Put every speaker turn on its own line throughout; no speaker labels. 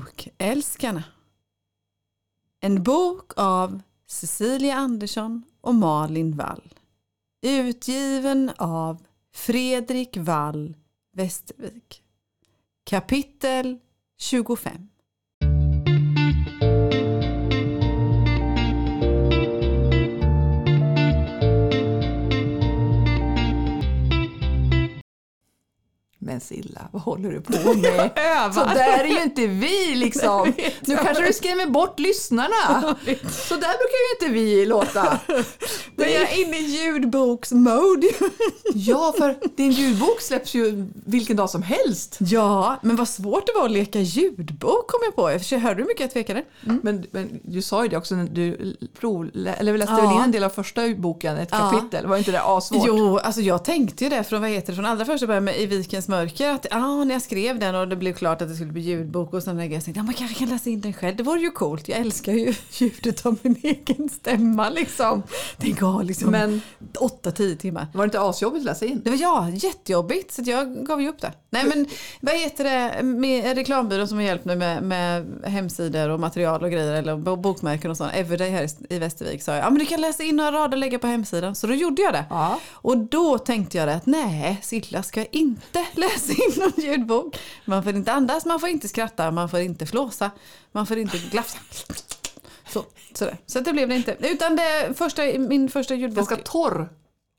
Bokälskarna. En bok av Cecilia Andersson och Malin Wall. Utgiven av Fredrik Wall Västervik. Kapitel 25.
Men Silla, vad håller du på med?
övar.
Så där är ju inte vi liksom.
Nej, jag vet.
Nu kanske du skrämmer bort lyssnarna. Så där brukar ju inte vi låta.
Men jag är inne i ljudboksmode.
Ja, för din ljudbok släpps ju vilken dag som helst.
ja, men vad svårt det var att leka ljudbok kom jag på. Jag hörde du hur mycket jag tvekade?
Men, men du sa ju det också när du prov, eller vi läste
Ja.
väl in en del av första boken, ett
Ja.
kapitel. Var inte det assvårt?
Jo, alltså jag tänkte ju det från, vad heter det, från allra första början med I vikens mörker. Att ah, när jag skrev den och det blev klart att det skulle bli ljudbok och sådana där grejer. Jag tänkte ah, man kanske kan läsa in den själv. Det vore ju coolt. Jag älskar ju ljudet av min egen stämma liksom. Tänk att ha liksom
Men
8-10 timmar.
var det inte asjobbigt att läsa in?
Det var ja, jättejobbigt så att jag gav ju upp det. Nej men vad heter det med reklambyrån som har hjälpt mig med, med hemsidor och material och grejer eller bo- bokmärken och sånt. Everyday här i- i Västervik sa jag, ja men du kan läsa in några rader och lägga på hemsidan. Så då gjorde jag det.
Ja.
Och då tänkte jag det att nej, Silla ska jag inte läsa in någon ljudbok. Man får inte andas, man får inte skratta, man får inte flåsa, man får inte glafsa. Så, sådär. så att det blev det inte. Utan det första, min första
Den
ljudbok...
ska torr.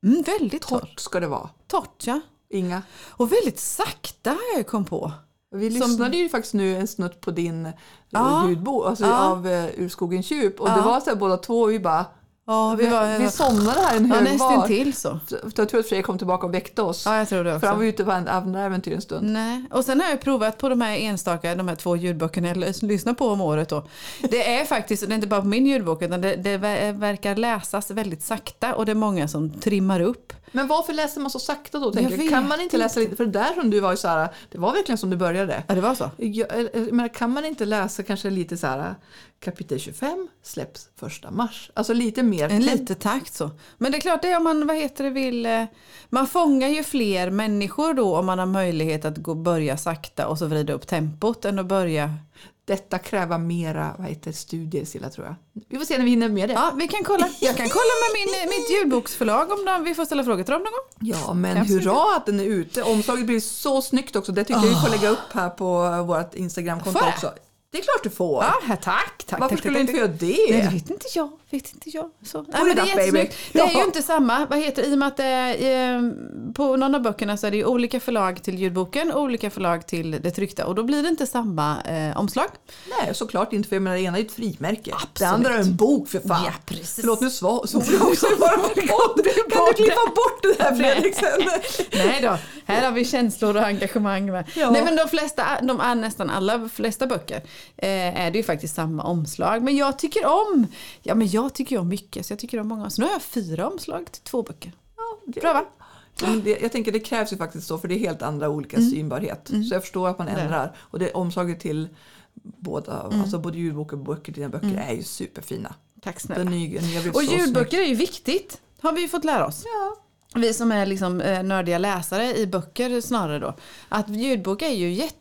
Mm, väldigt torrt.
Torrt ska det vara.
Torrt ja.
Inga.
Och väldigt sakta har jag kom på.
Vi
Som-
lyssnade ju faktiskt nu en snutt på din
Ja.
ja. ljudbok, alltså
Ja.
av eh, Ur skogens djup. Och
Ja.
det var så här båda två, vi bara,
Ja,
vi, vi somnade här en
ja,
hög var.
nästintill så.
Så Jag tror att Fredrik kom tillbaka och väckte oss.
Ja, jag tror det
för han var
också.
ute på en- andra äventyr en stund.
Nej. Och sen har jag provat på de här enstaka, de här två ljudböckerna jag lys- lyssnar på om året. Då. Det är faktiskt, det är inte bara på min ljudbok, utan det, det ver- eh, verkar läsas väldigt sakta och det är många som trimmar upp.
Men varför läser man så sakta då?
Jag
Tänker?
vet
jag? Kan man inte läsa lite? För det där som du var ju så här, det var verkligen som du började.
Ja, det var så.
Jag, jag menar, eh, kan man inte läsa kanske lite så här, kapitel 25 släpps första mars. Alltså lite mer.
En lite takt så. Men det är klart, det är om man, vad heter det, vill... eh, Man fångar ju fler människor då om man har möjlighet att gå, börja sakta och så vrida upp tempot än att börja
Detta kräver mera vad heter, det, studier Silla tror jag. Vi får se när vi hinner med det.
Ja, vi kan kolla. Jag kan kolla med min, eh, mitt ljudboksförlag om de, vi får ställa frågor till dem någon gång.
Ja, men
Absolut.
hurra att den är ute. Omslaget blir så snyggt också. Det tycker jag vi får lägga upp här på vårt Instagramkonto
Ah. Får jag?
också. Det är klart du får.
Ja, här, tack. tack
Varför
tack,
skulle du
tack,
inte
tack.
få göra det?
Nej, det vet inte jag. Vet inte jag. Så. Nej,
Hold
men det, är
it up, baby.
jättesnyggt. det är ju
Ja.
inte samma. Vad heter det? I och med att det är, eh, på någon av böckerna så är det ju olika förlag till ljudboken och olika förlag till det tryckta. Och då blir det inte samma eh, omslag.
Nej, såklart inte. För jag menar, det ena är ett frimärke. Det andra är en bok för fan.
Ja, precis.
Förlåt, nu sva- svor jag också i vår podd. Kan du
bort
klippa bort det där
Nej.
Fredrik sen?
Nej då, här har vi känslor och engagemang med.
Ja.
Nej men de flesta, de är nästan alla flesta böcker eh, är det ju faktiskt samma omslag. Men jag tycker om, ja men jag tycker ju om mycket så jag tycker om många. Så nu har jag fyra omslag till två böcker.
Ja, det-
Bra va?
Ja, men det, jag tänker det krävs ju faktiskt så för det är helt andra olika
Mm.
synbarhet. Så jag förstår att man ändrar. Och det omslaget till båda,
Mm.
alltså både ljudbok och böcker, dina böcker är ju superfina.
Tack
Den
snälla.
nya, nya blev
Och
så snygg.
ljudböcker är ju viktigt. Har vi ju fått lära oss.
Ja.
Vi som är liksom eh, nördiga läsare i böcker snarare då. Att ljudbok är ju jätteviktigt.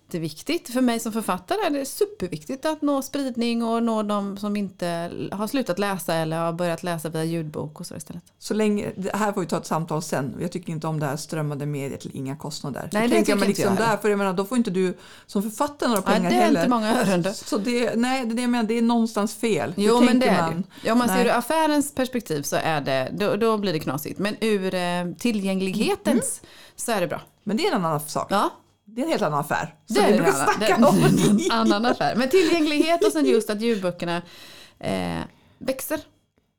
För mig som författare är det superviktigt att nå spridning och nå de som inte har slutat läsa eller har börjat läsa via ljudbok och så istället.
Så länge, det här får vi ta ett samtal sen. Jag tycker inte om det här strömmande medier till inga kostnader.
Nej, det
tänker
tycker
men
inte jag
liksom
heller.
där, för jag menar, då får inte du som författare några
Ja,
pengar
det är
heller.
inte många ören det.
Så det, nej, det, är det, jag menar, det är någonstans fel. Hur
Jo men det
tänker
är det.
man?
ju. Om man
Nej.
ser ur affärens perspektiv så är det, då, då blir det knasigt. Men ur eh, tillgänglighetens
Mm.
så är det bra.
Men det är en annan sak.
Ja,
Det är en helt annan affär. Så
det är
vi
en
brukar
annan-
snacka
det-
om.
en annan affär. Men tillgänglighet och sen just att ljudböckerna eh, växer.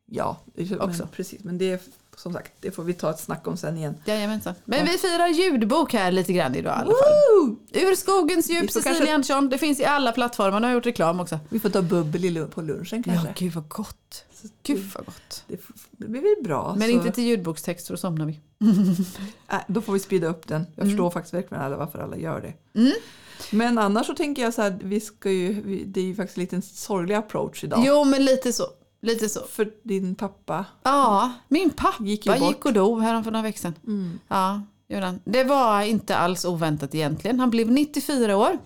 Ja,
Också.
Men, precis. Men det är som sagt, det får vi ta ett snack om sen igen.
Jajamensan. Men vi firar ljudbok här lite grann idag i alla fall.
Woo!
Ur skogens
Vi
djup,
får
Cecilia
kanske-
Andersson. Det finns i alla plattformar. Nu har jag gjort reklam också.
Vi får ta bubbel i lu- på lunchen kanske.
gud vad gott. Gud vad gott.
Det, f- det blir väl bra.
Men
så-
inte till ljudbokstext för då somnar vi.
Nej, Äh, då får vi sprida upp den. Jag
Mm.
förstår faktiskt verkligen alla varför alla gör det. Men annars så tänker jag så här, vi ska ju, vi, det är ju faktiskt en liten sorglig approach idag.
Jo men lite så. Lite så.
För din pappa, Alltså,
Ja, min pappa gick,
Gick ju bort. Mm.
och dog härom för några veckor sedan. Ja, gjorde han. Det var inte alls oväntat egentligen. Han blev 94 år.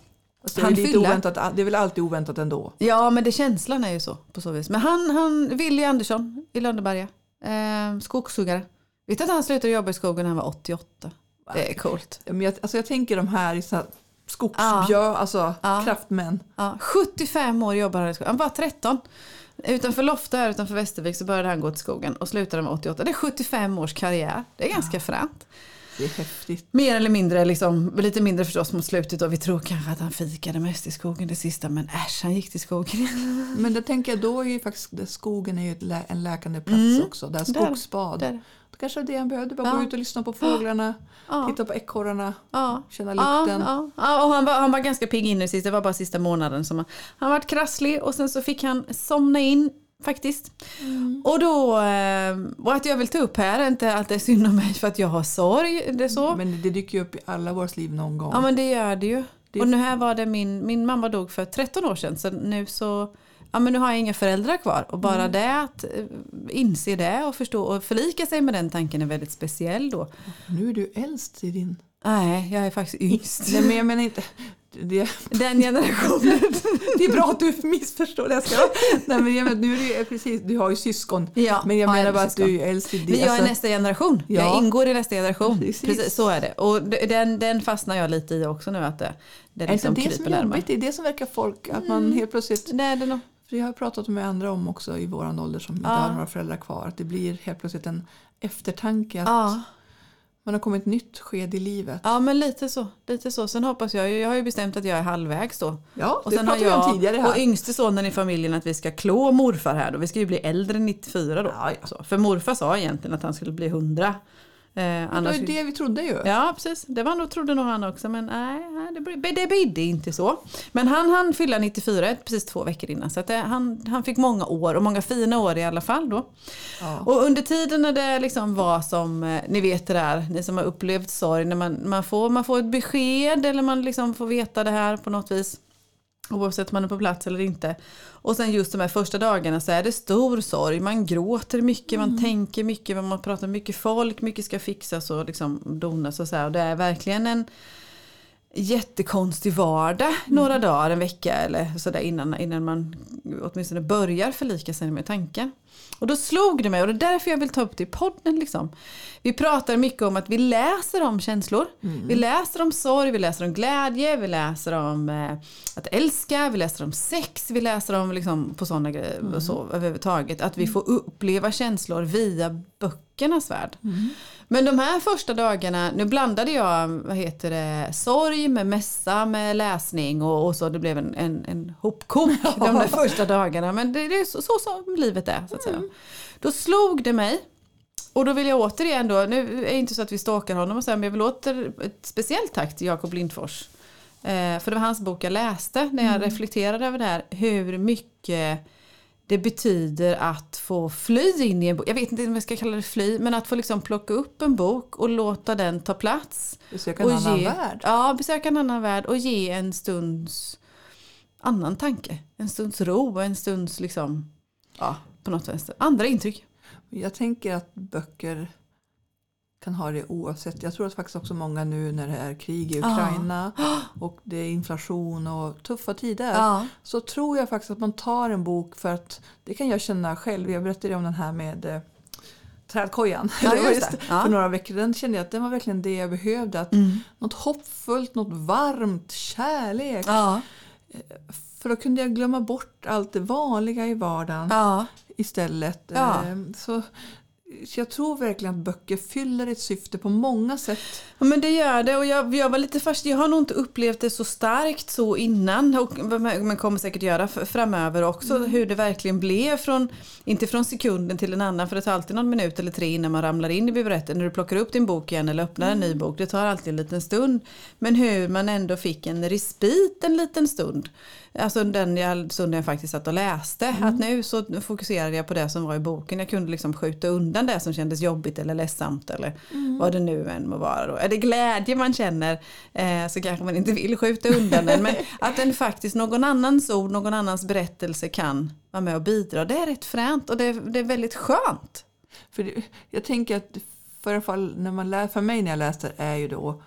Fast det, är
Han
lite
fyller.
oväntat, det är väl alltid oväntat ändå.
Ja, men det känslan är ju så på så vis. Men han, han Willy Andersson i Lönneberga, eh, skogshuggare. Vet du att han slutade jobba i skogen när han var 88? Det är coolt.
Men jag, alltså jag tänker de här i så här skogsbjör, alltså
Ja.
kraftmän.
Ja, 75 år jobbade han i skogen. Han var 13. Utanför Lofta här utanför Västervik så började han gå till skogen och slutade med 88. Det är 75 års karriär. Det är ganska fränt.
Det är häftigt.
Mer eller mindre, liksom, lite mindre förstås mot slutet och vi tror kanske att han fikade mest i skogen det sista men äsch han gick till skogen. Mm.
Men det tänker jag, då är ju faktiskt det- skogen är ju ett lä, en läkande plats också. Där skogsbad.
det är det.
Då kanske det är det han behövde. Bara gå
Mm. Ja.
ut och lyssna på fåglarna, titta på ekorrarna,
Ja.
känna
Ja,
lukten.
ja, ja, och han, var, han var ganska pigg in i det sista. Det var bara sista månaden som han, han var krasslig och sen så fick han somna in faktiskt.
Mm.
Och då, eh, och att jag vill ta upp här är inte att det är synd om mig för att jag har sorg. Det är så.
Men det dyker ju upp i alla våras liv någon gång.
Ja men det gör det ju.
Det-
Och nu här var det min, min mamma dog för 13 år sedan så nu så Ja men nu har jag inga föräldrar kvar och bara
Mm.
det att eh, inse det och förstå och förlika sig med den tanken är väldigt speciell då.
Nu är du äldst i din...
Nej, jag är faktiskt yngst.
Nej men jag menar inte... Det,
Den generationen.
det är bra att du missförstår det. Jag ska. Nej, men jag menar, nu är det, ju- eh, precis, du har ju syskon.
Ja,
men jag
ja, jag
menar
har
bara att
syskon.
du är äldst i din...
Vi jag är
alltså-
nästa generation. Jag
Ja.
ingår i nästa generation.
Precis.
Precis. så är det. Och d- den, den fastnar jag lite i också nu att det, det
Är
liksom
inte det som
kryper
är
närmare.
jobbigt? Det är det som verkar folk, att man helt plötsligt...
Nej, det är nog.
För jag har pratat med andra om också i våran ålder som inte
Ja.
har några föräldrar kvar. Att det blir helt plötsligt en eftertanke att
Ja.
man har kommit ett nytt skede i livet.
ja, men lite så. Lite så. Sen hoppas jag, ju- jag har ju bestämt att jag är halvvägs då.
Ja,
Och
det
sen har
pratade vi om
jag
tidigare
och
här.
yngste sonen i familjen att vi ska klå morfar här då. Vi ska ju bli äldre än 94 då.
Ja, ja.
Så, för morfar sa egentligen att han skulle bli 100. Eh,
Det var
annars...
ju det vi trodde ju.
Ja precis, det var nog, trodde nog han också men nej, nej, det, blir- det bidde inte så. Men han hann fylla 94 precis två veckor innan så att det, han, han fick många år och många fina år i alla fall då.
Ja.
Och under tiden när det liksom var som, eh, ni vet det där, ni som har upplevt sorg, när man, man, får, man får ett besked eller man liksom får veta det här på något vis. Oavsett om man är på plats eller inte. Och sen just de här första dagarna så är det stor sorg. Man gråter mycket, man tänker mycket, man pratar med mycket folk, mycket ska fixas och liksom donas och så här. Och det är verkligen en jättekonstig vardag några dagar, en vecka eller sådär innan, innan man åtminstone börjar förlika sig med tanken. Och då slog det mig och det är därför jag vill ta upp det i podden. Liksom. Vi pratar mycket om att vi läser om känslor. Vi läser om sorg, vi läser om glädje, vi läser om eh, att älska, vi läser om sex, vi läser om liksom, på sådana grejer och så överhuvudtaget. Att vi får uppleva känslor via böckernas värld. Men de här första dagarna, nu blandade jag vad heter det, sorg med mässa med läsning och, och så det blev en, en, en hopkok de där första dagarna. Men det, det är så, så som livet är så att säga. Då slog det mig och då vill jag återigen då, nu är det inte så att vi stalkar honom och så här, men jag vill åter ett speciellt tack till Jakob Lindfors. Eh, för det var hans bok jag läste när jag reflekterade över det här, hur mycket det betyder att få fly in i en bok. Jag vet inte om jag ska kalla det fly, men att få liksom plocka upp en bok och låta den ta plats.
Besöka en
och
annan
ge,
värld.
Ja, besöka en annan värld och ge en stunds annan tanke. En stunds ro och en stunds liksom, ja, på något vänster. Andra intryck.
Jag tänker att böcker kan ha det oavsett. Jag tror att faktiskt också många nu när det är krig i
Ja.
Ukraina och det är inflation och tuffa tider.
Ja.
Så tror jag faktiskt att man tar en bok för att det kan jag känna själv. Jag berättade ju om den här med eh, trädkojan
Ja,
Det var
just det. Ja. Mm.
för några veckor. Den kände jag att den var verkligen det jag behövde. Att Något hoppfullt, något varmt, kärlek.
Ja.
För då kunde jag glömma bort allt det vanliga i vardagen
Ja.
istället.
Ja.
Eh, Så, så jag tror verkligen att böcker fyller ett syfte på många sätt.
Ja, men det gör det och jag, jag var lite fast, jag har nog inte upplevt det så starkt så innan och men kommer säkert göra f- framöver också hur det verkligen blev från, inte från sekunden till en annan för det tar alltid någon minut eller tre innan man ramlar in i buretten när du plockar upp din bok igen eller öppnar en ny bok, det tar alltid en liten stund men hur man ändå fick en respit en liten stund alltså den jag, stunden jag faktiskt satt och läste att nu så fokuserade jag på det som var i boken, jag kunde liksom skjuta undan det som kändes jobbigt eller ledsamt eller vad det nu än må vara. Då. Är det glädje man känner eh, så kanske man inte vill skjuta undan den. Men att den faktiskt någon annans ord, någon annans berättelse kan vara med och bidra. Det är rätt fränt och det är, det är väldigt skönt.
För det, jag tänker att för, i alla fall när man lä, för mig när jag läser är ju då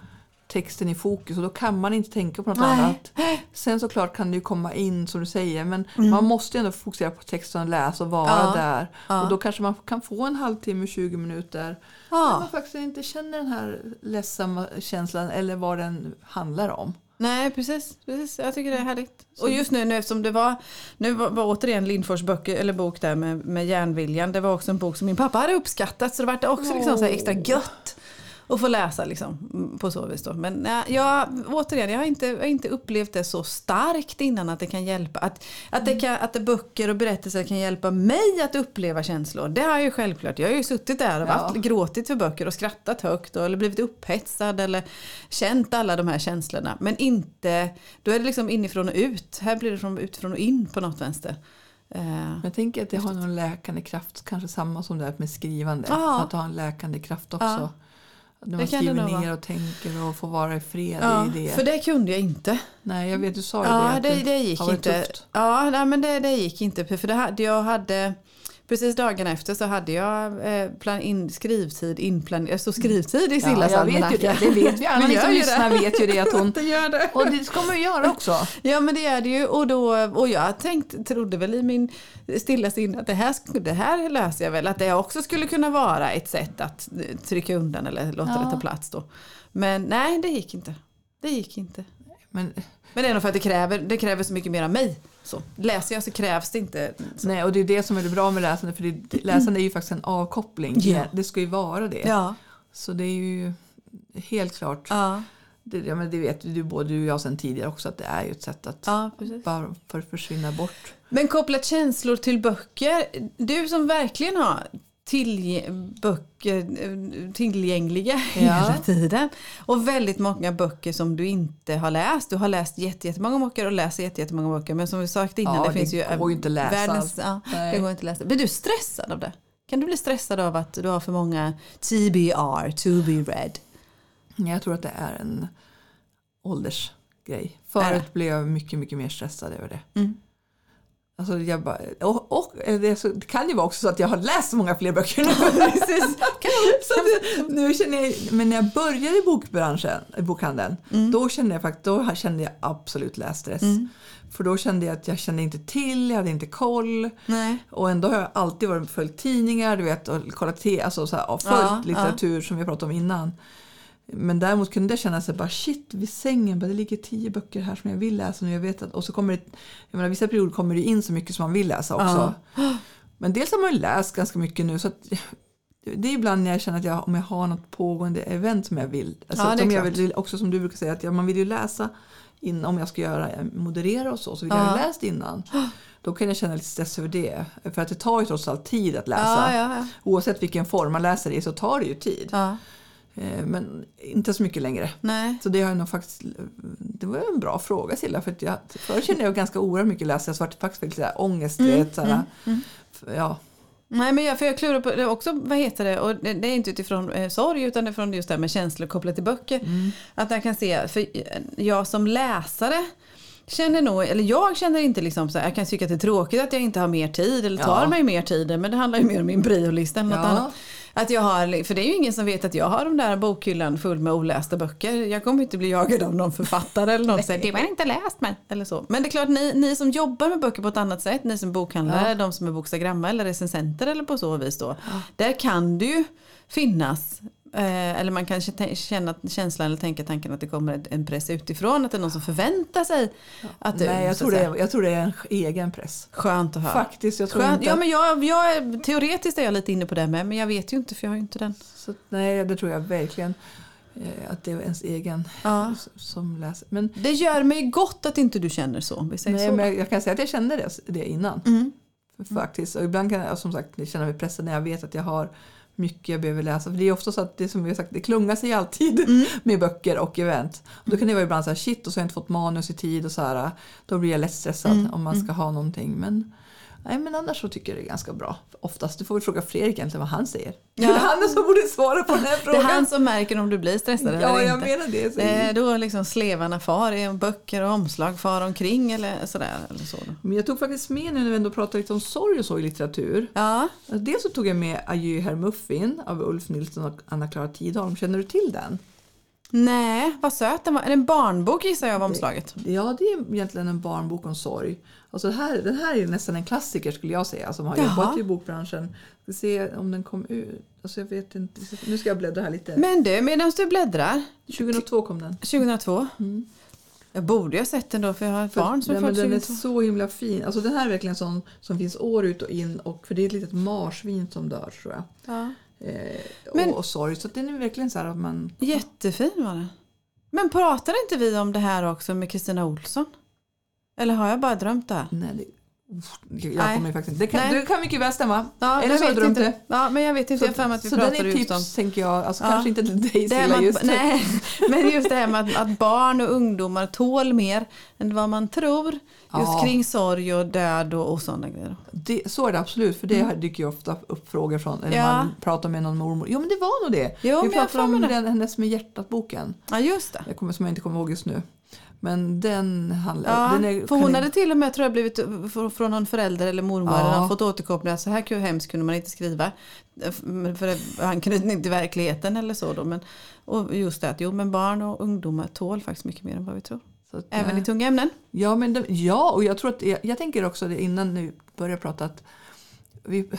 texten i fokus och då kan man inte tänka på något
Nej. Mm.
annat. Sen såklart kan det ju komma in som du säger men man måste ju ändå fokusera på texten och läsa och vara
Ja.
där.
Ja.
Och då kanske man kan få en halvtimme, 20 minuter
Ja.
där man faktiskt inte känner den här ledsamma känslan eller vad den handlar om.
Nej, precis, precis. Jag tycker det är härligt. Och just nu, nu eftersom det var, nu var, var återigen Lindfors böcker, eller bok där med, med järnviljan. Det var också en bok som min pappa hade uppskattat så det var också liksom så här extra gött att få läsa liksom, mm, på så vis. Då. Men nej, jag, återigen, jag har, inte, jag har inte upplevt det så starkt innan att det kan hjälpa. Att, att, det kan, att det böcker och berättelser kan hjälpa mig att uppleva känslor. Det har jag ju självklart. Jag har ju suttit där och varit
Ja.
gråtit för böcker och skrattat högt och, eller blivit upphetsad eller känt alla de här känslorna. Men inte, då är det liksom inifrån och ut. Här blir det från utifrån och in på något vänster. Eh,
Men jag tänker att det har någon läkande kraft, kanske samma som det här med skrivande.
Ja.
Att ha en läkande kraft också.
Ja.
Att När man
kan det
skriver
nog
ner
vara.
och tänker och får vara i fred
ja,
i det.
för det kunde jag inte.
Nej, jag vet du sa ju
Ja,
att
det, det gick
har varit
inte.
tufft.
Ja, nej, men det, det gick inte. För det hade, jag hade, precis dagen efter så hade jag eh, plan, in, skrivtid inplanerad. Så skrivtid i
Mm. Ja, alltså,
Sillas
jag vet ju det.
almanacka.
Det vet vi. Alla
Men
ni som
gör ju
lyssnar vet ju det att hon...
Det gör det.
Och det ska man ju göra också.
Ja men det är det ju och, då, och jag tänkt, trodde väl i min stilla sinne att det här, sk- det här löser jag väl. Att det också skulle kunna vara ett sätt att eh, trycka undan eller låta
Ja.
det ta plats då. Men nej det gick inte. Det gick inte.
Men,
Men det är nog för att det kräver, det kräver så mycket mer av mig. Så. Läser jag så krävs det inte.
nej, och det är det som är det bra med läsande. För det, läsande är ju faktiskt en avkoppling.
Ja.
Det ska ju vara det.
Ja.
Så det är ju helt klart.
Ja,
Det, ja, men det vet ju du, både du och jag sedan tidigare också att det är ju ett sätt att
ja precis.
bara för försvinna bort.
Men kopplat känslor till böcker. Du som verkligen har tillg- böcker eh, tillgängliga hela tiden. Och väldigt många böcker som du inte har läst. Du har läst jätte- jättemånga böcker och läser jätte- jättemånga böcker. Men som vi sagt innan,
Ja,
det,
det
finns ju... eh,
går ju inte att läsa
Världens, ja, det
Nej.
går inte att läsa. Blir du stressad av det? Kan du bli stressad av att du har för många TBR, to be read?
Nej, Jag tror att det är en åldersgrej. Förut blev jag mycket, mycket mer stressad över det.
Mm.
Alltså jag bara, och, och eh, det, är så, det kan ju vara också så att jag har läst många fler böcker nu.
Precis.
så att, nu känner jag, men när jag började i bokbranschen, i bokhandeln,
Mm.
då, kände jag, fakt- då kände jag absolut lässtress. För då kände jag att jag kände inte till, jag hade inte koll.
Nej.
Och ändå har jag alltid varit följt tidningar, du vet, och kollat te, alltså så här, och följt
Ja,
litteratur som vi pratade om innan. Men däremot kunde jag känna så här, bara shit vid sängen, bara, det ligger tio böcker här som jag vill läsa nu. Jag vet att, och så kommer det, jag menar, vissa perioder kommer det in så mycket som man vill läsa också. Men dels har man ju läst ganska mycket nu så att det är ibland när jag känner att jag, om jag har något pågående event som jag vill. Alltså,
Ja, det är
som jag
klart.
vill också som du brukar säga, att jag, man vill ju läsa in, om jag ska göra, eh, moderera och så, så vill jag
Ja.
ju läst innan. Då kan jag känna lite stress över det. För att det tar ju trots allt tid att läsa.
Ja, ja, ja.
Oavsett vilken form man läser i så tar det ju tid.
ja.
Eh, Men inte så mycket längre.
Nej.
Så det har jag nog faktiskt, det var ju en bra fråga Silla. För att jag, förr kände jag ganska oerhört mycket läsa. Jag vart faktiskt lite såhär ångest. du
Mm,
vet, såhär, Ja,
Nej, men jag, för jag klurar på det också, vad heter det, och det, det är inte utifrån eh, sorg utan det är från just det här med känslor kopplat till böcker. Att jag kan se, för jag som läsare känner nog, eller jag känner inte liksom så här, jag kan tycka att det är tråkigt att jag inte har mer tid eller tar
Ja.
mig mer tid, men det handlar ju mer om min priolista än något
Ja.
annat. Att jag har, för det är ju ingen som vet att jag har den där bokhyllan full med olästa böcker. Jag kommer inte bli jagad av någon författare eller någon som säger det har jag inte läst men. Eller så. Men det är klart ni, ni som jobbar med böcker på ett annat sätt, ni som bokhandlare, de som är bokstagramma eller recensenter eller på så vis då. Där kan det ju finnas eh, eller man kanske tän- känna känslan eller tänka tanken att det kommer ett- en press utifrån, att det är någon som förväntar sig att du...
nej jag
så
tror,
att
det
säga.
är, jag tror det är en egen press.
Skönt att höra.
Faktiskt, jag tror
Skönt.
inte
Ja,
att-
men jag, jag, är- teoretiskt är jag lite inne på det med, men jag vet ju inte för jag har ju inte den.
Så, att, nej, det tror jag verkligen. eh, Att det är ens egen
Ja.
s- som läser. Men
Det gör mig gott att inte du känner så. Om vi säger
Nej,
så. Mm.
men jag- jag kan säga att jag kände det, det innan. Faktiskt. Och ibland kan jag som sagt känna mig pressad när jag vet att jag har mycket jag behöver läsa. För det är ofta så att det som vi har sagt, det klungar sig alltid
Mm.
med böcker och event. Och då kan det vara ibland så här shit och så har jag inte fått manus i tid och så här. Då blir jag lätt stressad
Mm.
om man ska ha någonting. Men, nej, men annars så tycker jag det är ganska bra. Oftast, du får väl fråga Fredrik egentligen vad han säger.
Ja.
Det är han som borde svara på den här
det är
frågan.
han som märker om du blir stressad
ja,
eller
jag
inte.
menar det. Så-
Det är då liksom slevarna far, i böcker och omslag far omkring eller sådär. Eller så. då.
Men jag tog faktiskt med nu när vi ändå pratar lite om sorg och så i litteratur. Alltså,
Ja,
Dels så tog jag med Adjö herr Muffin av Ulf Nilsson och Anna-Klara Tidholm. Känner du till den?
Nej, vad söt den var. Är det en barnbok gissar jag av omslaget?
Ja, det är egentligen en barnbok om sorg. Alltså det här, den här är nästan en klassiker skulle jag säga som har
Jaha.
jobbat i bokbranschen. Vi ska se om den kom ut. Alltså jag vet inte. Nu ska jag bläddra här lite.
Men du, medan du bläddrar.
2002 kom den.
2002. Jag borde ju ha sett den då Mm. för jag har ett barn som är
Nej, men
född
den är
2002.
så himla fin. Alltså den här är verkligen sån som finns år ut och in. Och, för det är ett litet marsvin som dör tror jag.
Ja.
Eh,
Men-
och, och sorg. Så att den är verkligen så här att man...
Jättefin var den. Men pratade inte vi om det här också med Kristina Olsson? Eller har jag bara drömt det här?
Nej, det, uff, jag
Nej.
kommer ju faktiskt Det kan,
Nej.
det kan mycket väl stämma.
Ja,
Eller
jag
så har
vet
jag drömt
inte.
det.
Ja, men jag vet inte. Jag har för mig att vi
så den
pratade
är
just om...
tips tänker jag. Alltså,
Ja.
Kanske inte till dig
Det här
Silla
med
just
att, nej, men just det här med att, att barn och ungdomar tål mer än vad man tror. Just
Ja.
kring sorg och död och, och sådana grejer.
Det, så är det absolut, för det här dyker ju ofta upp frågor från när
Mm. Ja.
man pratar med någon mormor. Jo men det var nog det.
Jo,
Vi
men jag har
pratade
för mig
om
det.
den, hennes med hjärtat-boken.
Ja just det.
Jag kommer, som jag inte kommer ihåg just nu. Men den handlar...
Ja,
den är,
för hon
kan-
hade till och med tror jag blivit fr- från någon förälder eller mormor
Ja.
eller någon, fått återkopplingar. Så här kul- hemskt kunde man inte skriva. Eh, f- men För det- anknytning till verkligheten eller så då. Men, och just det att jo men barn och ungdomar tål faktiskt mycket mer än vad vi tror.
så att,
Även
eh,
i tunga ämnen.
Ja, men de, ja och jag tror att jag, jag tänker också det innan nu börjar prata att vi,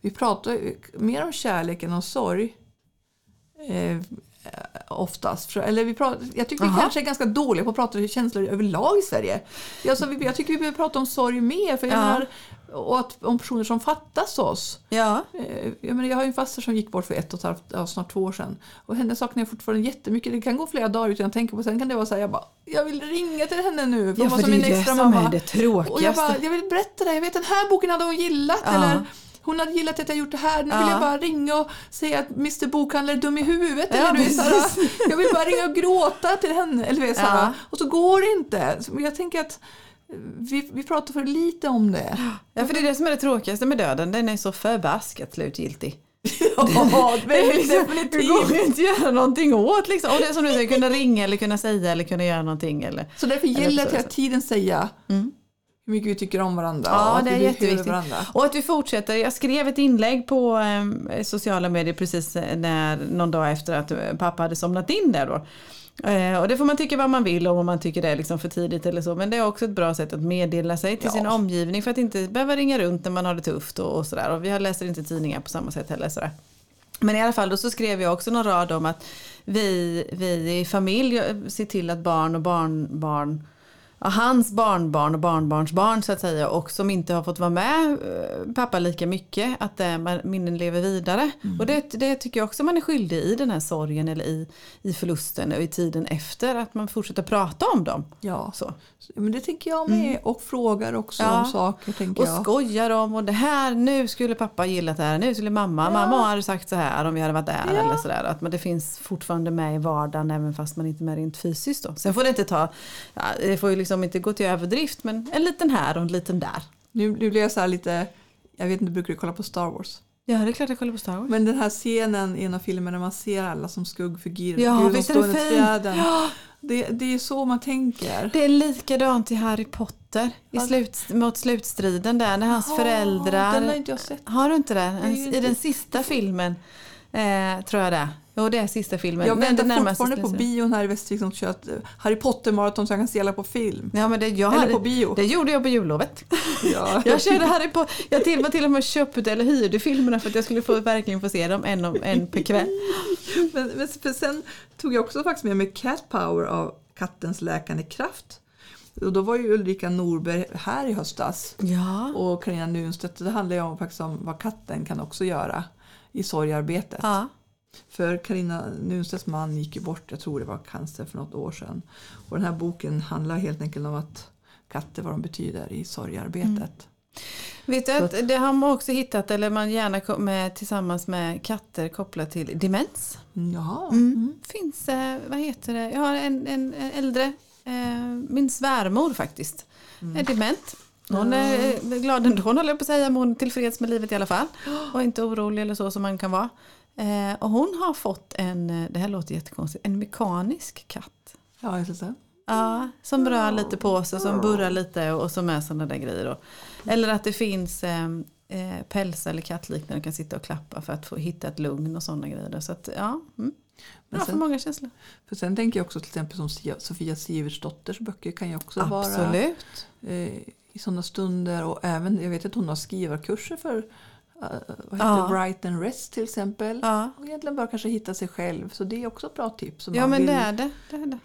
vi pratar ju mer om kärlek än om sorg. Eh, oftast. För- Eller vi pratar, jag tycker vi
Aha.
kanske är ganska dåliga på att prata om känslor överlag i Sverige. Ja, så vi, jag tycker vi behöver prata om sorg mer. För jag
Ja.
menar, och att, om personer som fattas oss.
Ja.
Eh, Jag, menar, jag har ju en faster som gick bort för ett och ett halvt, ja, snart två år sedan. Och henne saknar jag fortfarande jättemycket. Det kan gå flera dagar utan jag tänker på Sen kan det vara så här, jag bara, jag vill ringa till henne nu. För hon
Ja,
var
för
som
det är
min
ju det
extra
som är
mamma.
det
Och jag bara,
tråkigaste.
jag vill berätta det här. Jag vet den här boken hade hon gillat.
Ja.
Eller hon hade gillat att jag gjort det här. Nu vill
Ja.
jag bara ringa och säga att Mr Bokhandlare är dum i huvudet.
Ja,
eller du vet, så här,
precis.
jag vill bara ringa och gråta till henne. Eller, du vet, så här,
Ja.
Och så går det inte. Så Jag tänker att vi, vi pratar för lite om det.
Ja, för det är det som är det tråkigaste med döden. Den är så förbaskat slutgiltig.
Ja,
Det är liksom, det
definitivt.
går ju inte att göra någonting åt liksom. Och det är som du säger, kunna ringa eller kunna säga eller kunna göra någonting. Eller.
Så därför
Eller
gäller det
så- Mm.
att hela tiden säga hur mycket vi tycker om varandra och
Ja,
att
det är
vi behöver
jätteviktigt.
varandra.
Och att vi fortsätter. Jag skrev ett inlägg på eh, sociala medier precis eh, när, någon dag efter att eh, pappa hade somnat in där då. Eh, och det får man tycka vad man vill om, om man tycker det är liksom för tidigt eller så. Men det är också ett bra sätt att meddela sig till
Ja.
sin omgivning för att inte behöva ringa runt när man har det tufft och, och sådär. Och vi läser inte tidningar på samma sätt heller. Sådär. Men i alla fall då så skrev jag också någon rad om att vi, vi i familj ser till att barn och barnbarn Ja, hans barnbarn och barnbarnsbarn så att säga och som inte har fått vara med eh, pappa lika mycket att eh, man- minnen lever vidare. Och det, det tycker jag också man är skyldig i den här sorgen eller i, i förlusten och i tiden efter att man fortsätter prata om dem.
Ja,
Så. Mm.
men det tänker jag med. Och frågar också
Ja.
om saker. Tänker
Och
jag.
skojar om och det här, nu skulle pappa gillat det här, nu skulle mamma, mamma hade sagt så här om vi hade varit där eller sådär. Att man, det finns fortfarande med i vardagen även fast man inte är med rent fysiskt då. Sen får det inte ta, ja, det får ju liksom inte gå till överdrift men en liten här och en liten där.
Nu, nu blir jag så här lite, jag vet inte, brukar du kolla på Star Wars?
Ja, det är klart jag kollar på Star Wars.
Men den här scenen i en av filmerna där man ser alla som skuggfigurer.
Ja,
Gud, de
visst är
står
den
under
fin?
träden. Det, det är ju så man tänker.
Det är likadant i Harry Potter i
Ja.
slut, mot slutstriden där när hans
Ja,
föräldrar.
Den har inte jag sett.
Har du inte den?
är ju
I
inte-
den sista filmen eh, tror jag det är. Jo, det är sista filmen.
Jag
Den- den
väntar
närmaste
fortfarande på
slutstriden.
bion här i Västervik som kör ett eh, Harry Potter-maraton så jag kan se alla på film.
Ja, men det, jag
Eller
hade-
på bio.
Det gjorde jag på jullovet.
Ja.
Jag körde Harry Potter. Jag till, var till och med köpte eller hyrde filmerna för att jag skulle få, verkligen få se dem en, om, en per kväll.
Men, men för sen tog jag också faktiskt med mig Cat Power av Kattens läkande kraft. Och då var ju Ulrika Norberg här i höstas
Ja.
och Carina Nunstedt. Det handlar ju om, faktiskt om vad katten kan också göra i sorgarbetet.
ja.
För Carina Nunstedts man gick ju bort, jag tror det var cancer för något år sedan. Och den här boken handlar helt enkelt om att katter, vad de betyder i sorgarbetet.
Vet du att det har man också hittat, eller man gärna kom- med, tillsammans med katter kopplat till demens.
Jaha.
Mm. finns, eh, vad heter det, jag har en, en äldre, eh, min svärmor faktiskt,
Mm.
är dement. Hon är eh, glad ändå håller jag på att säga, men hon är tillfreds med livet i alla fall. Och inte orolig eller så som man kan vara. Eh, och hon har fått en, eh, det här låter jättekonstigt, en mekanisk katt.
Ja, jag ska säga.
Ja, som rör lite på sig, som burrar lite och som är sådana där grejer. Då. Eller att det finns eh, eh, päls eller kattliknande och kan sitta och klappa för att få hitta ett lugn och sådana grejer. då. Så att, ja, mm.
Men
Bra
sen-
för många känslor.
För sen tänker jag också till exempel som Sia- Sofia Sivertsdotters böcker kan ju också vara
Absolut.
eh, i sådana stunder och även, jag vet att hon har skrivarkurser för eh, vad heter
Ja.
Write and Rest till exempel.
Ja.
Och egentligen bara kanske hitta sig själv så det är också ett bra tips. om
Ja
man
men
vill-
det är det. det, är det.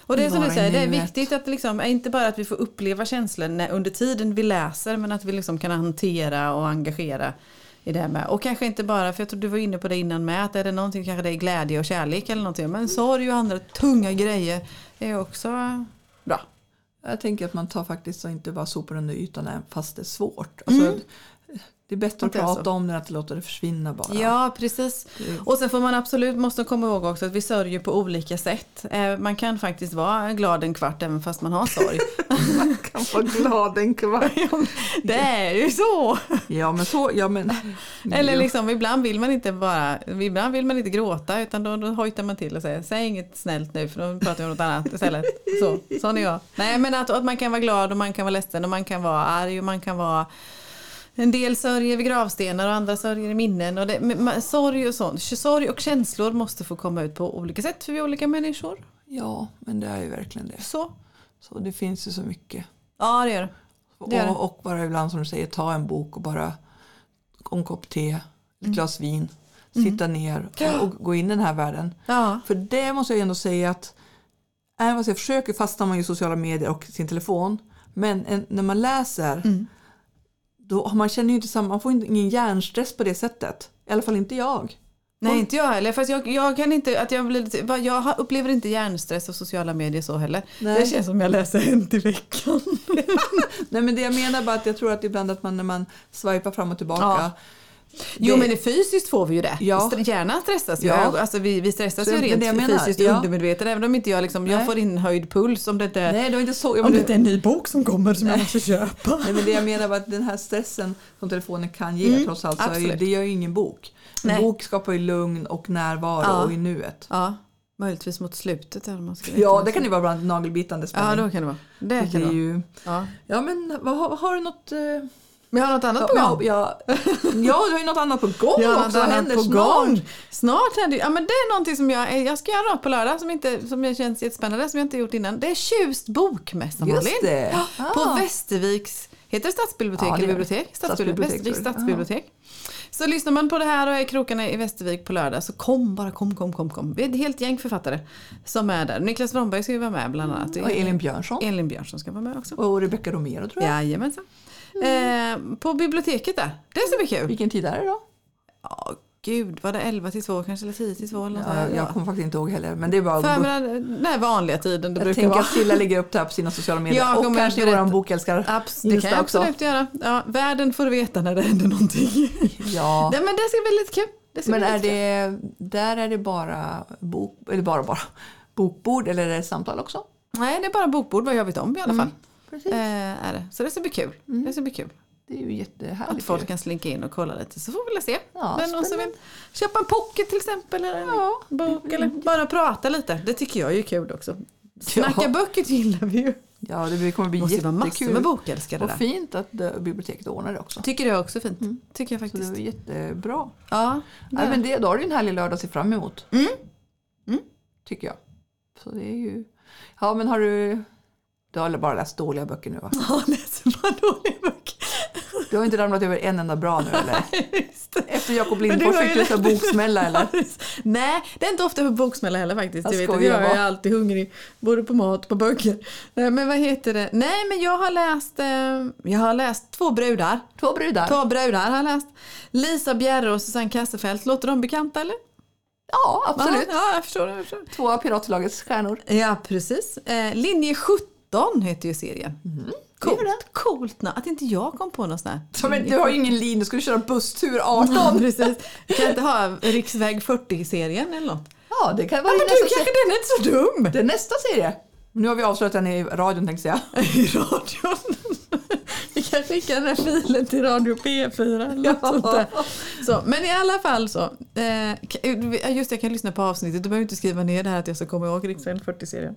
Och det är som du
Vara i
säger, det är
nuet.
viktigt att liksom, inte bara att vi får uppleva känslor när, under tiden vi läser men att vi liksom kan hantera och engagera i det här med. Och kanske inte bara, för jag tror du var inne på det innan med, att är det någonting kanske det är glädje och kärlek eller någonting. Men sorg och andra tunga grejer är också bra.
Jag tänker att man tar faktiskt och inte bara sopar under ytan även fast det är svårt. Alltså, Det är bättre att
Inte Mm. är
prata
så.
om det än att låta det försvinna bara.
Ja, precis.
Det-
Och sen får man absolut måste komma ihåg också att vi sörjer på olika sätt. Eh, Man kan faktiskt vara glad en kvart även fast man har sorg.
Man kan vara glad en kvart.
det är ju så!
Ja men så, ja men. Mm.
Eller liksom, ibland vill man inte bara, ibland vill man inte gråta utan då, då hojtar man till och säger säg inget snällt nu för då pratar vi om något annat istället. Så, sån är jag. Nej men att, att man kan vara glad och man kan vara ledsen och man kan vara arg och man kan vara en del sörjer vid gravstenar och andra sörjer i minnen. Och det, men, man, sorg och sånt. Sorg och känslor måste få komma ut på olika sätt för vi är olika människor.
Ja men det är ju verkligen det.
Så.
Så det finns ju så mycket.
Ja det gör det. Det gör det.
Och, och bara ibland som du säger ta en bok och bara en kopp te,
Mm.
ett glas vin. Sitta ner och, och gå in i den här världen.
Ja.
För det måste jag ändå säga att även fast jag försöker fastnar man ju i sociala medier och sin telefon. Men en, när man läser
Mm.
då har man känner ju inte samma, man får inte- ingen hjärnstress på det sättet. I alla fall inte jag.
Nej inte jag heller. Fast jag, jag kan inte, att jag, blir, lite- jag har- upplever inte hjärnstress och sociala medier så heller.
Nej.
Det känns som jag läser Hänt i veckan.
Nej men det jag menar bara att jag tror att ibland att man när man swipar fram och tillbaka.
Ja. Jo
Det-
men det fysiskt får vi ju det.
Ja.
St- Hjärnan stressas ju.
Ja.
Alltså, vi, vi stressas
Så
ju
det är
rent
det jag menar.
fysiskt
Ja.
undermedvetet. Även om inte jag, liksom, jag
Nej.
får in höjd puls om det inte,
Nej det var inte så. Jag
om det
menar-
inte är en ny bok som kommer som jag måste köpa.
Nej, men det jag menar var att den här stressen som telefonen kan ge trots allt, så är ju,
Mm, absolut.
det gör ju ingen bok. En
Nej.
bok skapar ju lugn och närvaro
Ja.
och i nuet.
Ja, möjligtvis mot slutet. Eller vad man ska veta.
Ja, det kan ju vara bland nagelbitande
ja,
spänning.
då kan det vara. Det
det
kan
är
det vara.
ju,
Ja.
ja, men vad, har, har du något... eh,
Men jag har något annat på gång.
ja, ja, ja, du har ju något annat på gång
Ja,
också. Vad
annat
händer
på
snart?
gång. Snart händer ja, men det är någonting som jag, jag ska göra på lördag som, inte, som jag känns jättespännande som jag inte gjort innan. Det är Tjust bokmässa
Just
Malin.
det.
Ja, På
Ah.
Västerviks, heter det stadsbibliotek
Ja, det
eller
gör det.
bibliotek?
Stadsbibliotek,
Stadsbibliotek. Västerviks
tror jag. Ah.
stadsbibliotek. Så lyssnar man på det här och är i krokarna i Västervik på lördag så kom bara kom kom kom kom. Vi är ett helt gäng författare som är där. Niklas Bromberg ska ju vara med bland annat.
Mm. Och Elin Björnsson
Elin Björnsson ska vara med också.
och Rebecca Romero tror jag.
Jajamensan.
Mm.
Eh, på biblioteket där. Det ska bli kul.
Vilken tid är det då?
Ja, gud, var det 11 till 2 kanske eller 10 till 2 eller något
Ja,
sånt där?
jag kommer faktiskt inte ihåg heller. Men det är bara
För jag menar, den här vanliga tiden det
jag
brukar
tänker
vara.
att Silla lägger upp det här på sina sociala medier
Jag
och
kommer
kanske i
berätta-
vår bokälskar
Abs- det kan jag absolut göra. Ja, världen får veta när det händer någonting.
Ja.
Nej, men det ska bli lite kul. Det ska
Men
bli
är
Typ lite kul.
det, där är det bara, bok, eller bara, bara bokbord eller är det samtal också?
Nej, det är bara bokbord vad jag vet om i alla fall.
Mm. Precis. Mm.
Eh, är det. Så det ska bli kul. Det ska bli kul.
Det är ju jättehärligt.
Att folk
ju.
kan slinka in och kolla lite så får vi väl se.
Ja,
Men någon som vill
spännande. Mm.
köpa en pocket till exempel eller en bok eller bara prata lite. Det tycker jag är ju kul också. Snacka
Ja.
böcker gillar vi ju.
Ja, det kommer bli
Det måste ju vara massor
jättekul.
med bokälskare
och
där.
fint att eh, biblioteket ordnar det också.
Tycker jag också är fint. Tycker jag
Mm. Så Mm. det
faktiskt.
var jättebra.
Ja, Mm.
Nej, men det, då har du ju en härlig lördag att se fram emot. Tycker jag. Så det är ju... Ja, men har du... Du har bara läst dåliga böcker nu va?
Ja, läser bara dåliga böcker.
Du har inte ramlat över en enda bra nu eller?
Just det.
Efter Jakob
Men du
Lindfors
har ju
fick du så här boksmälla eller?
Nej, det är inte ofta på boksmälla heller faktiskt.
Jag
Jag, vet, att
skojar
jag är
bara.
alltid hungrig, både på mat på böcker. Nej, men vad heter det? Nej, men jag har läst, eh, jag har läst Två brudar.
Två brudar.
Två brudar har jag läst. Lisa Bjerre och Susanne Kasselfelt. Låter de bekanta eller?
Ja, absolut.
Ja, jag förstår. Jag förstår.
Två av Piratlagets stjärnor.
Ja, precis. Eh, linje 17 heter ju serien.
Mhm.
Coolt, coolt namn. Att inte jag kom på något sånt här.
Ja, men du har ju ingen linje, du skulle köra busstur 18.
Ja, precis. Du kan inte ha riksväg 40-serien eller något. Alltså,
Ja, det kan vara
Men
din
du,
nästa,
kanske
serie.
den är inte så dum
det är nästa serie. Nu har vi avslöjat den i radion tänkte jag.
i radion. Vi kan kan skicka den här filen till Radio P4 eller något sånt där. Så, men i alla fall så. Eh, k- just det, jag kan lyssna på avsnittet. Du behöver inte skriva ner det här att jag ska komma ihåg Riksvägen 40-serien.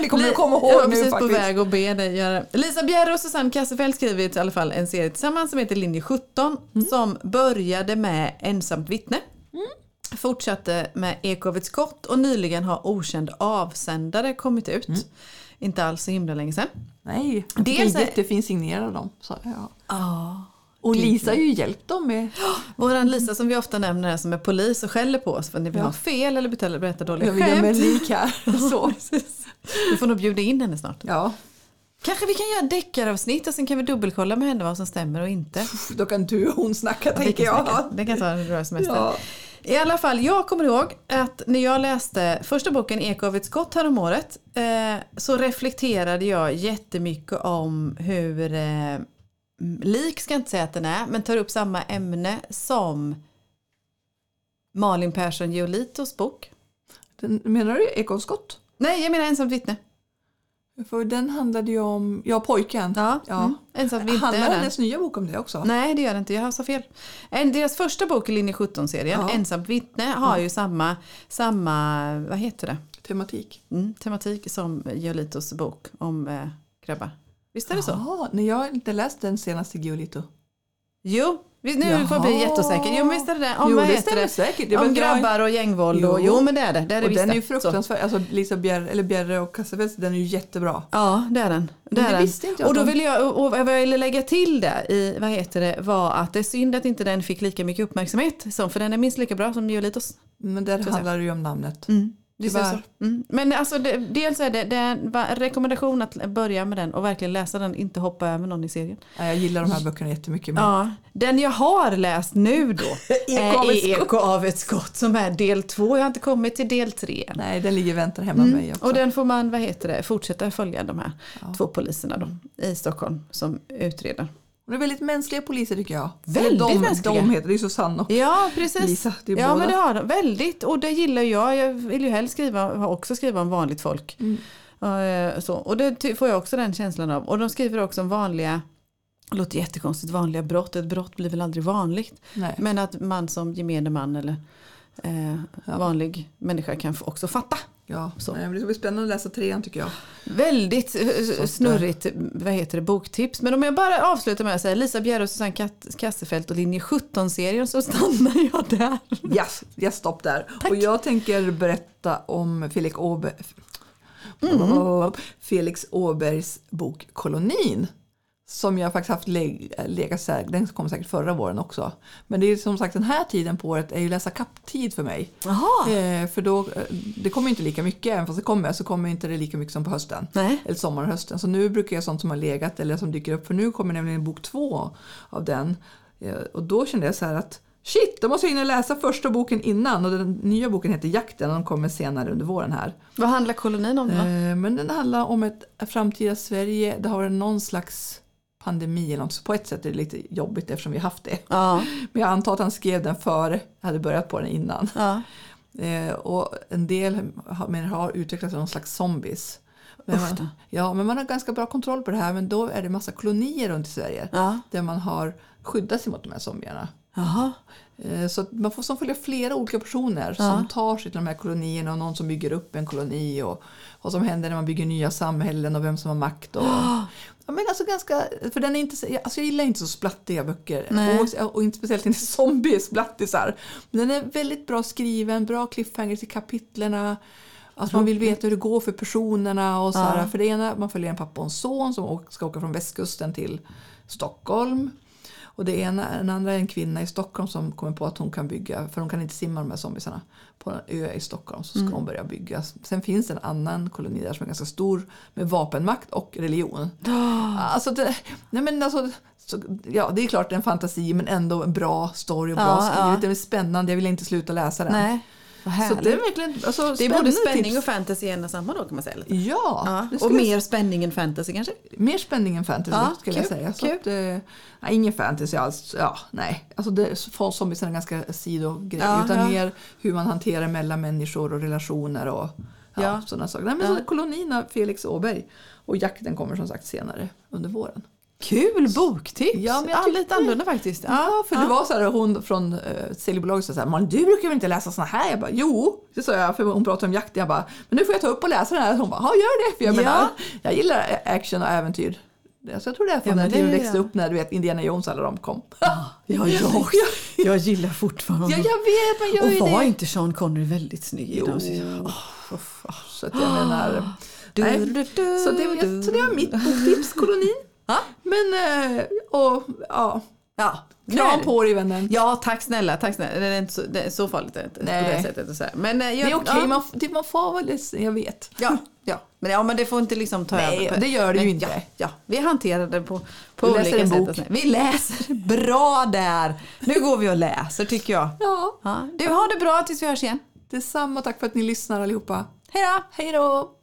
Ni kommer att komma
jag var
ihåg nu
precis på
faktiskt.
väg att be dig göra det. Lisa Bjerre och Susanne Kassefeld skriver i alla fall en serie tillsammans som heter Linje 17
Mm.
som började med Ensamt vittne. Fortsatte med Eko av ett skott och nyligen har Okänd avsändare kommit ut.
Mm.
Inte alls så himla länge sedan.
Nej, jag fick en
Dels är-
jättefin signering av dem. Så, ja.
Ja.
Och Lisa har ju hjälpt dem med...
Våran Lisa som vi ofta nämner här som är polis och skäller på oss för när vi
Ja.
har fel eller berättar- berättar dåliga
Jag vill göra mig
skämt.
lik här. Så.
Vi får nog bjuda in henne snart.
Ja,
Kanske vi kan göra deckaravsnitt och sen kan vi dubbelkolla med henne vad som stämmer och inte.
då kan du och hon snacka
Det
tänker
kan
jag.
snacka. Det kan ta en bra semester.
Ja.
I alla fall, jag kommer ihåg att när jag läste första boken Eko av ett skott häromåret eh, så reflekterade jag jättemycket om hur eh, lik, ska jag inte säga att den är, men tar upp samma ämne som Malin Persson Giolitos bok.
Den, menar du ekonskott?
Nej, jag menar ensamt vittne.
För den handlade ju om... Ja, pojken.
Ja,
Ja.
Mm, ensamt vittne. är
Handlar
den.
hennes nya bok om det också?
Nej det gör det inte, jag sa fel. En, deras första bok i linje 17-serien,
Ja.
Ensamt vittne, har ju samma, samma, vad heter det?
Tematik.
Mm, tematik som Giolitos bok om eh, grabbar. Visst är det så?
Jaha, nej jag har inte läst den senaste Giolito.
Jo, vi- nu får jag bli
Jaha.
jätteosäker. Jo men visst är det det? Om,
jo,
vad
det
heter
stämmer
det?
säkert. Jag
om
vet, jag har inte-
grabbar och gängvåld och
Jo.
jo men det är det. det, är det
Och
visst
den är ju
Så.
fruktansvärd. Alltså Lisa Bjerre, eller Bjerre och Kassafeldt, den är ju jättebra.
Ja, det är den. Det
Men
är
det
den.
visste inte jag
och då
att de-
ville jag, och vad jag ville lägga till där i, vad heter det, var att det är synd att inte den fick lika mycket uppmärksamhet som, för den är minst lika bra som Giolitos.
Men där handlar det ju om namnet.
Mm. Visst är det
Tyvärr.
så. Mm. Men alltså, det, dels är det, det är en va- rekommendation att börja med den och verkligen läsa den, inte hoppa över någon i serien.
Ja, Jag gillar de här böckerna jättemycket. Men
Mm. Ja, den jag har läst nu då
Eko av
är
ett skott.
Eko av ett skott som är del två. Jag har inte kommit till del tre än.
Nej, den ligger och väntar hemma
Mm.
hos mig också.
Och den får man, vad heter det, fortsätta följa de här två poliserna då i Stockholm som utreder.
Och det är väldigt mänskliga poliser tycker jag.
Väldigt
de,
mänskliga.
De heter det är ju Susanne och
Ja, precis.
Lisa. Det är
ja,
båda.
men det har de. Väldigt. Och det gillar jag. Jag vill ju helst skriva, också skriva om vanligt folk.
Mm.
Eh, Så. Och det ty- får jag också den känslan av. Och de skriver också om vanliga, det låter jättekonstigt, vanliga brott. Ett brott blir väl aldrig vanligt.
Nej.
Men att man som gemene man eller eh, vanlig människa kan f- också fatta.
Ja,
Så.
Nej, men det ska bli spännande att läsa trean tycker jag.
Väldigt eh, snurrigt vad heter det, boktips. Men om jag bara avslutar med att säga Lisa Bjerre och Susanne Kat- Kassefelt och linje 17-serien så stannar jag där.
Yes, yes, stopp där. Och jag tänker berätta om Felix, Åbe... Felix Åbergs bok Kolonin. Som jag faktiskt haft leg- legat så här- den kom säkert förra våren också. Men det är som sagt den här tiden på året är ju läsa kapp-tid för mig.
Jaha.
Eh, för då, eh, det kommer ju inte lika mycket, även fast det kommer så kommer inte det lika mycket som på hösten.
Nej.
Eller sommaren och hösten. Så nu brukar jag sånt som har legat eller som dyker upp. För nu kommer nämligen bok två av den. Eh, och då kände jag så här att shit, då måste jag hinna läsa första boken innan. Och den nya boken heter Jakten och den kommer senare under våren här.
Vad handlar kolonin om då?
Eh, Men den handlar om ett framtida Sverige. Det har varit någon slags pandemi eller något. Så på ett sätt är det lite jobbigt eftersom vi haft det.
Ja.
Men jag antar att han skrev den före, hade börjat på den innan.
Ja.
Eh, och en del har, men har utvecklats till någon slags zombies. Men
Usch då.
man, ja, men man har ganska bra kontroll på det här men då är det massa kolonier runt i Sverige
Ja.
där man har skyddat sig mot de här zombierna.
Jaha.
Eh, Så att man får som följa flera olika personer som tar sig till de här kolonierna och någon som bygger upp en koloni och vad som händer när man bygger nya samhällen och vem som har makt. Och, ja, men alltså ganska, för den är inte, så- jag- alltså jag gillar inte så splattiga böcker
Nej.
och, och inte speciellt inte zombiesplattisar. Men den är väldigt bra skriven, bra cliffhangers i kapitlerna. Alltså man vill veta hur det går för personerna. Och så här, För det ena, man följer en pappa och en son som å- ska åka från västkusten till Stockholm. Och det ena, den andra är en kvinna i Stockholm som kommer på att hon kan bygga, för hon kan inte simma de här zombisarna, på en ö i Stockholm så ska hon börja bygga. Sen finns det en annan koloni där som är ganska stor med vapenmakt och religion. Alltså det, nej men alltså, så, ja, det är klart en fantasi men ändå en bra story och bra
Ja,
skrivet.
ja.
Den är spännande, jag vill inte sluta läsa den.
Nej. Vad
Så
härligt.
det är verkligen alltså,
Det är både
spännande
spänning
tips.
och fantasy i en och samma då kan man säga. Lite.
Ja,
Ja.
det skulle
Och
jag
mer spänning än fantasy kanske?
mer spänning än fantasy
Ja,
skulle
kul,
jag säga. Så
kul.
att, eh, nej, ingen fantasy alls. Ja, nej. Alltså det, för zombies är en ganska sidogrej.
Ja,
utan
ja.
mer hur man hanterar mellan människor och relationer och ja,
Ja.
sådana saker. Nej, men så, kolonin av Felix Åberg. Och jakten kommer som sagt senare under våren.
Kul boktips!
Ja, men jag
Ja, lite
tyckte-
annorlunda faktiskt.
Ja, för det var så här, hon från eh, säljbolaget sa så här, "Men du brukar väl inte läsa såna här? Jag bara, jo, det sa jag, för hon pratade om jakt. Jag bara, men nu får jag ta upp och läsa den här. Hon bara, ja gör det, för jag
Ja.
menar, jag gillar action och äventyr. Alltså, jag tror det är
Ja,
från
men
den
det
tiden
är
du
ju
växte
det.
upp när du vet Indiana Jones alla de kom.
Ja, jag, jag gillar fortfarande
Ja, jag vet, man gör ju
Och var
det.
inte Sean Connery väldigt snygg i
Jo. ah,
dem? Oh,
Så att jag menar,
du,
nej.
du, du,
Så det,
du.
var- så det var mitt boktips, kolonin.
Ja.
Men, eh, och ja,
Ja,
kram
kul.
på dig vännen.
Ja, tack snälla. Tack snälla. Det är inte så, det är så farligt det är inte på
Nej.
det sättet. Och så här. Men, eh,
Det
jag,
är okej,
ja.
man, f- det- man får vara ledsen, jag vet.
Ja, ja. Men, ja, men det får inte liksom ta
Nej,
över. på-
det gör det ju inte.
Ja, ja. Vi hanterar det på, på
Vi
olika
läser en
sätt.
bok.
och så här. Vi läser. Bra där! Nu går vi och läser tycker jag.
Ja,
Ja. Du, har det bra tills vi hörs igen.
detsamma. Tack för att ni lyssnar allihopa.
Hej då!
Hej då!